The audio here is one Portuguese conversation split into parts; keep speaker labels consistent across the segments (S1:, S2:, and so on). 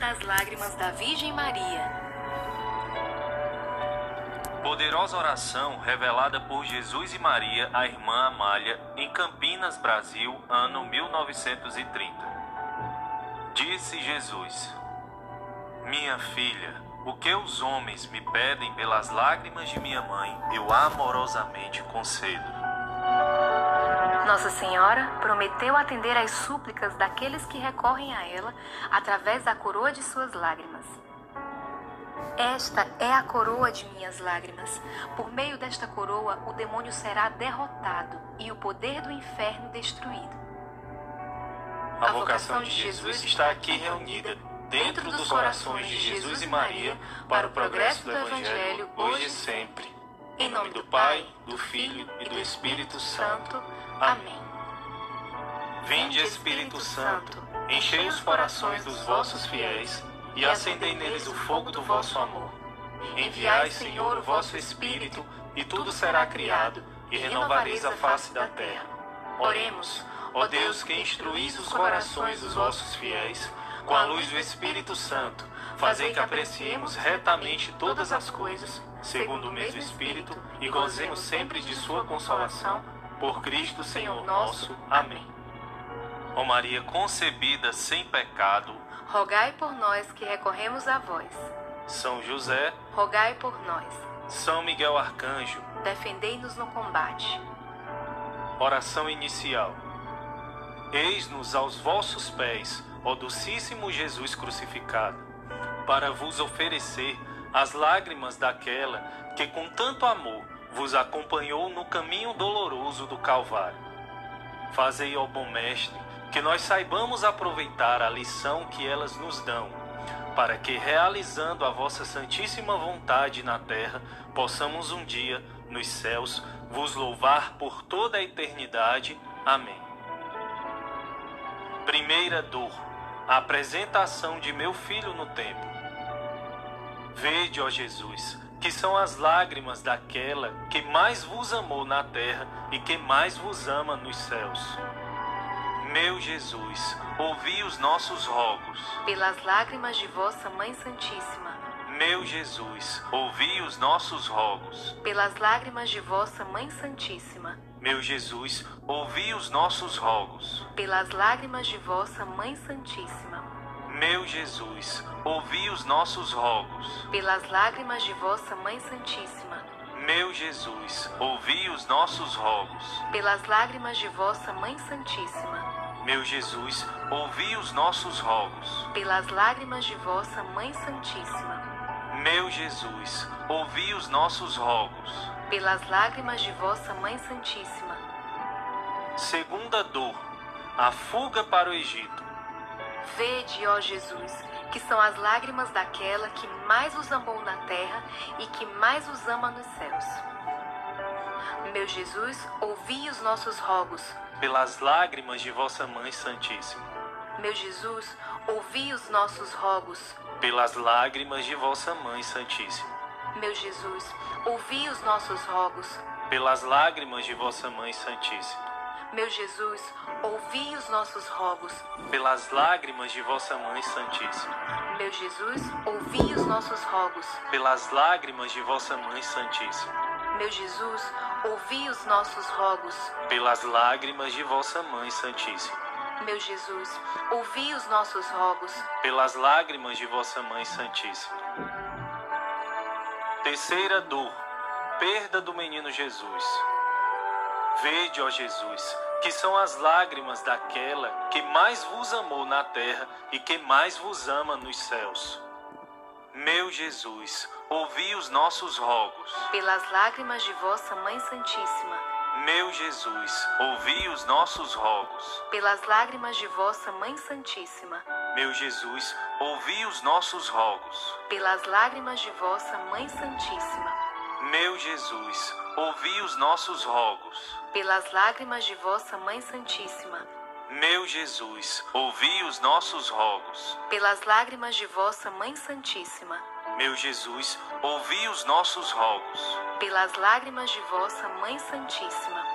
S1: as lágrimas da Virgem Maria.
S2: Poderosa oração revelada por Jesus e Maria à irmã Amália em Campinas, Brasil, ano 1930. Disse Jesus: Minha filha, o que os homens me pedem pelas lágrimas de minha mãe, eu amorosamente concedo.
S1: Nossa Senhora prometeu atender às súplicas daqueles que recorrem a ela através da coroa de suas lágrimas. Esta é a coroa de minhas lágrimas. Por meio desta coroa, o demônio será derrotado e o poder do inferno destruído.
S2: A vocação de Jesus está aqui reunida dentro dos corações de Jesus e Maria para o progresso do Evangelho hoje e sempre. Em nome do Pai, do Filho e do Espírito Santo. Amém. Vinde, Espírito Santo, enchei os corações dos vossos fiéis e acendei neles o fogo do vosso amor. Enviai, Senhor, o vosso Espírito, e tudo será criado, e renovareis a face da terra. Oremos, ó Deus, que instruís os corações dos vossos fiéis, com a luz do Espírito Santo, fazei que apreciemos retamente todas as coisas, segundo o mesmo Espírito, e gozemos sempre de sua consolação, por Cristo Senhor nosso. Amém. Ó Maria concebida sem pecado,
S1: Rogai por nós que recorremos a vós.
S2: São José,
S1: Rogai por nós.
S2: São Miguel Arcanjo,
S1: Defendei-nos no combate.
S2: Oração inicial. Eis-nos aos vossos pés, ó docíssimo Jesus crucificado, para vos oferecer as lágrimas daquela que com tanto amor vos acompanhou no caminho doloroso do Calvário. Fazei, ó bom mestre, que nós saibamos aproveitar a lição que elas nos dão, para que, realizando a vossa santíssima vontade na terra, possamos um dia, nos céus, vos louvar por toda a eternidade. Amém. Primeira dor, a apresentação de meu filho no templo. Vede, ó Jesus, que são as lágrimas daquela que mais vos amou na terra e que mais vos ama nos céus. Meu Jesus, ouvi os nossos rogos.
S1: Pelas lágrimas de vossa Mãe Santíssima.
S2: Meu Jesus, ouvi os nossos rogos.
S1: Pelas lágrimas de vossa Mãe Santíssima.
S2: Meu Jesus, ouvi os nossos rogos.
S1: Pelas lágrimas de vossa Mãe Santíssima.
S2: Meu Jesus, ouvi os nossos rogos.
S1: Pelas lágrimas de vossa Mãe Santíssima.
S2: Meu Jesus, ouvi os nossos rogos.
S1: Pelas lágrimas de vossa Mãe Santíssima.
S2: Meu Jesus, ouvi os nossos rogos.
S1: Pelas lágrimas de vossa Mãe Santíssima.
S2: Meu Jesus, ouvi os nossos rogos.
S1: Pelas lágrimas de vossa Mãe Santíssima.
S2: Segunda dor, a fuga para o Egito.
S1: Vede, ó Jesus, que são as lágrimas daquela que mais os amou na terra e que mais os ama nos céus. Meu Jesus, ouvi os nossos rogos.
S2: Pelas lágrimas de vossa Mãe Santíssima.
S1: Meu Jesus, ouvi os nossos rogos.
S2: Pelas lágrimas de vossa Mãe Santíssima.
S1: Meu Jesus, ouvi os nossos rogos.
S2: Pelas lágrimas de vossa Mãe Santíssima.
S1: Meu Jesus, ouvi os nossos rogos.
S2: Pelas lágrimas de vossa Mãe Santíssima.
S1: Meu Jesus, ouvi os nossos rogos.
S2: Pelas lágrimas de vossa Mãe Santíssima.
S1: Meu Jesus, ouvi os nossos rogos.
S2: Pelas lágrimas de vossa Mãe Santíssima.
S1: Meu Jesus, ouvi os nossos rogos.
S2: Pelas lágrimas de vossa Mãe Santíssima. Terceira dor, perda do menino Jesus. Vede, ó Jesus, que são as lágrimas daquela que mais vos amou na terra e que mais vos ama nos céus. Meu Jesus, ouvi os nossos rogos.
S1: Pelas lágrimas de vossa Mãe Santíssima.
S2: Meu Jesus, ouvi os nossos rogos.
S1: Pelas lágrimas de vossa Mãe Santíssima.
S2: Meu Jesus, ouvi os nossos rogos.
S1: Pelas lágrimas de vossa Mãe Santíssima.
S2: Meu Jesus, ouvi os nossos rogos.
S1: Pelas lágrimas de vossa Mãe Santíssima.
S2: Meu Jesus, ouvi os nossos rogos.
S1: Pelas lágrimas de vossa Mãe Santíssima.
S2: Meu Jesus, ouvi os nossos rogos.
S1: Pelas lágrimas de vossa Mãe Santíssima.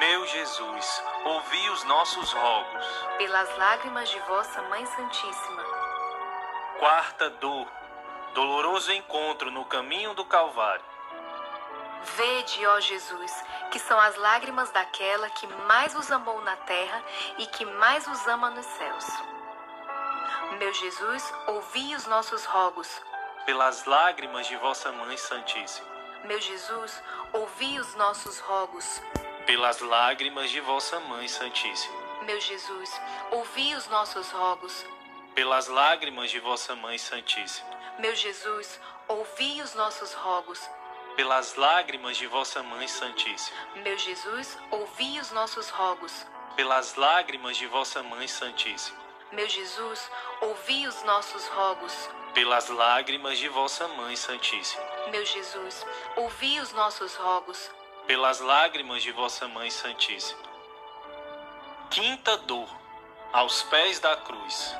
S2: Meu Jesus, ouvi os nossos rogos.
S1: Pelas lágrimas de vossa Mãe Santíssima.
S2: Quarta dor, doloroso encontro no caminho do Calvário.
S1: Vede, ó Jesus, que são as lágrimas daquela que mais vos amou na terra e que mais vos ama nos céus. Meu Jesus, ouvi os nossos rogos.
S2: Pelas lágrimas de vossa Mãe Santíssima.
S1: Meu Jesus, ouvi os nossos rogos.
S2: Pelas lágrimas de vossa Mãe Santíssima.
S1: Meu Jesus, ouvi os nossos rogos.
S2: Pelas lágrimas de vossa Mãe Santíssima.
S1: Meu Jesus, ouvi os nossos rogos.
S2: Pelas lágrimas de vossa Mãe Santíssima.
S1: Meu Jesus, ouvi os nossos rogos.
S2: Pelas lágrimas de vossa Mãe Santíssima.
S1: Meu Jesus, ouvi os nossos rogos.
S2: Pelas lágrimas de vossa Mãe Santíssima.
S1: Meu Jesus, ouvi os nossos rogos.
S2: Pelas lágrimas de vossa Mãe Santíssima. Quinta dor, aos pés da cruz.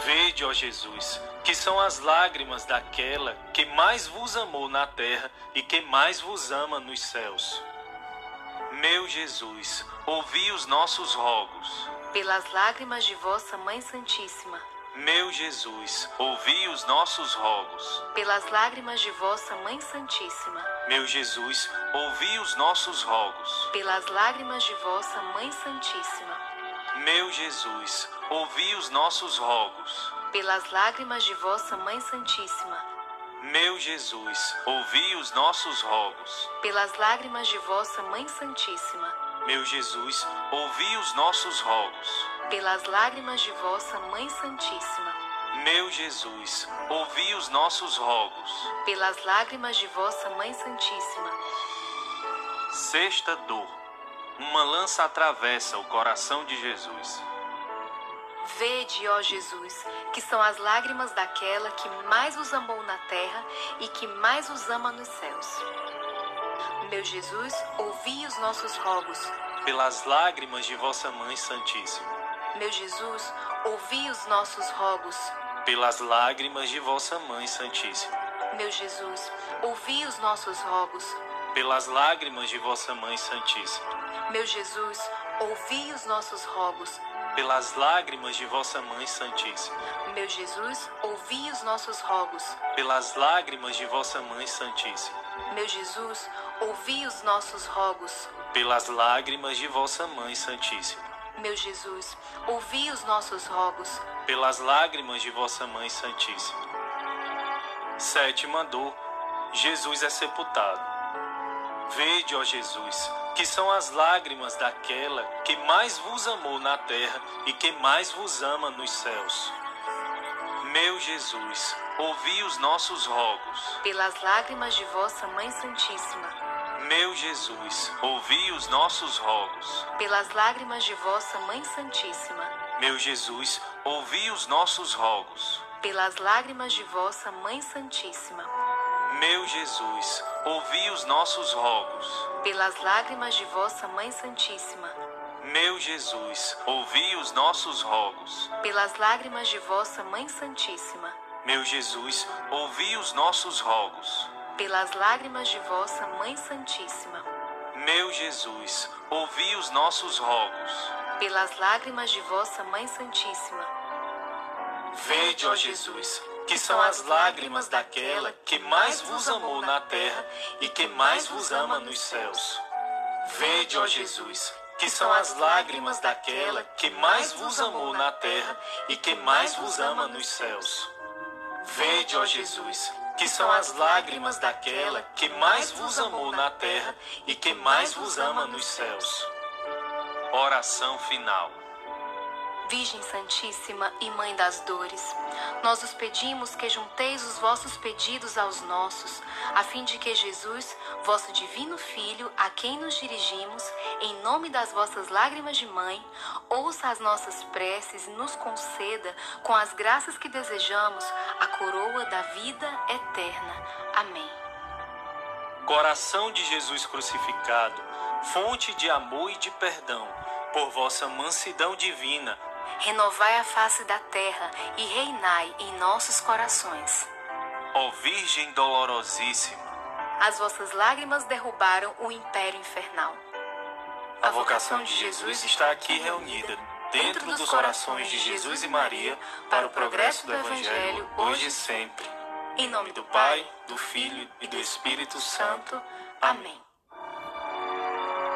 S2: Vede, ó Jesus, que são as lágrimas daquela que mais vos amou na terra e que mais vos ama nos céus. Meu Jesus, ouvi os nossos rogos.
S1: Pelas lágrimas de vossa Mãe Santíssima.
S2: Meu Jesus, ouvi os nossos rogos.
S1: Pelas lágrimas de vossa Mãe Santíssima.
S2: Meu Jesus, ouvi os nossos rogos.
S1: Pelas lágrimas de vossa Mãe Santíssima.
S2: Meu Jesus, ouvi os nossos rogos.
S1: Pelas lágrimas de vossa Mãe Santíssima.
S2: Meu Jesus, ouvi os nossos rogos.
S1: Pelas lágrimas de vossa Mãe Santíssima.
S2: Meu Jesus, ouvi os nossos rogos.
S1: Pelas lágrimas de vossa Mãe Santíssima.
S2: Meu Jesus, ouvi os nossos rogos.
S1: Pelas lágrimas de vossa Mãe Santíssima.
S2: Sexta dor uma lança atravessa o coração de Jesus.
S1: Vede, ó Jesus, que são as lágrimas daquela que mais vos amou na terra e que mais vos ama nos céus. Meu Jesus, ouvi os nossos rogos.
S2: Pelas lágrimas de vossa Mãe Santíssima.
S1: Meu Jesus, ouvi os nossos rogos.
S2: Pelas lágrimas de vossa Mãe Santíssima.
S1: Meu Jesus, ouvi os nossos rogos.
S2: Pelas lágrimas de vossa Mãe Santíssima.
S1: Meu Jesus, ouvi os nossos rogos.
S2: Pelas lágrimas de vossa Mãe Santíssima.
S1: Meu Jesus, ouvi os nossos rogos.
S2: Pelas lágrimas de vossa Mãe Santíssima.
S1: Meu Jesus, ouvi os nossos rogos.
S2: Pelas lágrimas de vossa Mãe Santíssima.
S1: Meu Jesus, ouvi os nossos rogos.
S2: Pelas lágrimas de vossa Mãe Santíssima. Sétima dor. Jesus é sepultado. Vede, ó Jesus, que são as lágrimas daquela que mais vos amou na terra e que mais vos ama nos céus. Meu Jesus, ouvi os nossos rogos.
S1: Pelas lágrimas de vossa Mãe Santíssima.
S2: Meu Jesus, ouvi os nossos rogos.
S1: Pelas lágrimas de vossa Mãe Santíssima.
S2: Meu Jesus, ouvi os nossos rogos.
S1: Pelas lágrimas de vossa Mãe Santíssima.
S2: Meu Jesus, ouvi os nossos rogos.
S1: Pelas lágrimas de vossa Mãe Santíssima.
S2: Meu Jesus, ouvi os nossos rogos.
S1: Pelas lágrimas de vossa Mãe Santíssima.
S2: Meu Jesus, ouvi os nossos rogos.
S1: Pelas lágrimas de vossa Mãe Santíssima.
S2: Meu Jesus, ouvi os nossos rogos.
S1: Pelas lágrimas de vossa Mãe Santíssima.
S2: Vede, ó Jesus, que são as lágrimas daquela que mais vos amou na terra e que mais vos ama nos céus. Vede, ó Jesus, que são as lágrimas daquela que mais vos amou na terra e que mais vos ama nos céus. Vede, ó Jesus, que são as lágrimas daquela que mais vos amou na terra e que mais vos ama nos céus. Oração final.
S1: Virgem Santíssima e Mãe das Dores, nós os pedimos que junteis os vossos pedidos aos nossos, a fim de que Jesus, vosso divino Filho, a quem nos dirigimos, em nome das vossas lágrimas de mãe, ouça as nossas preces e nos conceda, com as graças que desejamos, a coroa da vida eterna. Amém.
S2: Coração de Jesus crucificado, fonte de amor e de perdão, por vossa mansidão divina,
S1: renovai a face da terra e reinai em nossos corações.
S2: Ó Virgem dolorosíssima,
S1: as vossas lágrimas derrubaram o império infernal.
S2: A vocação de Jesus está aqui reunida. dentro dos corações de Jesus e Maria, para o progresso do Evangelho, hoje e sempre.
S1: Em
S2: Em nome do Pai, do Filho e do Espírito Santo.
S1: Santo. Amém.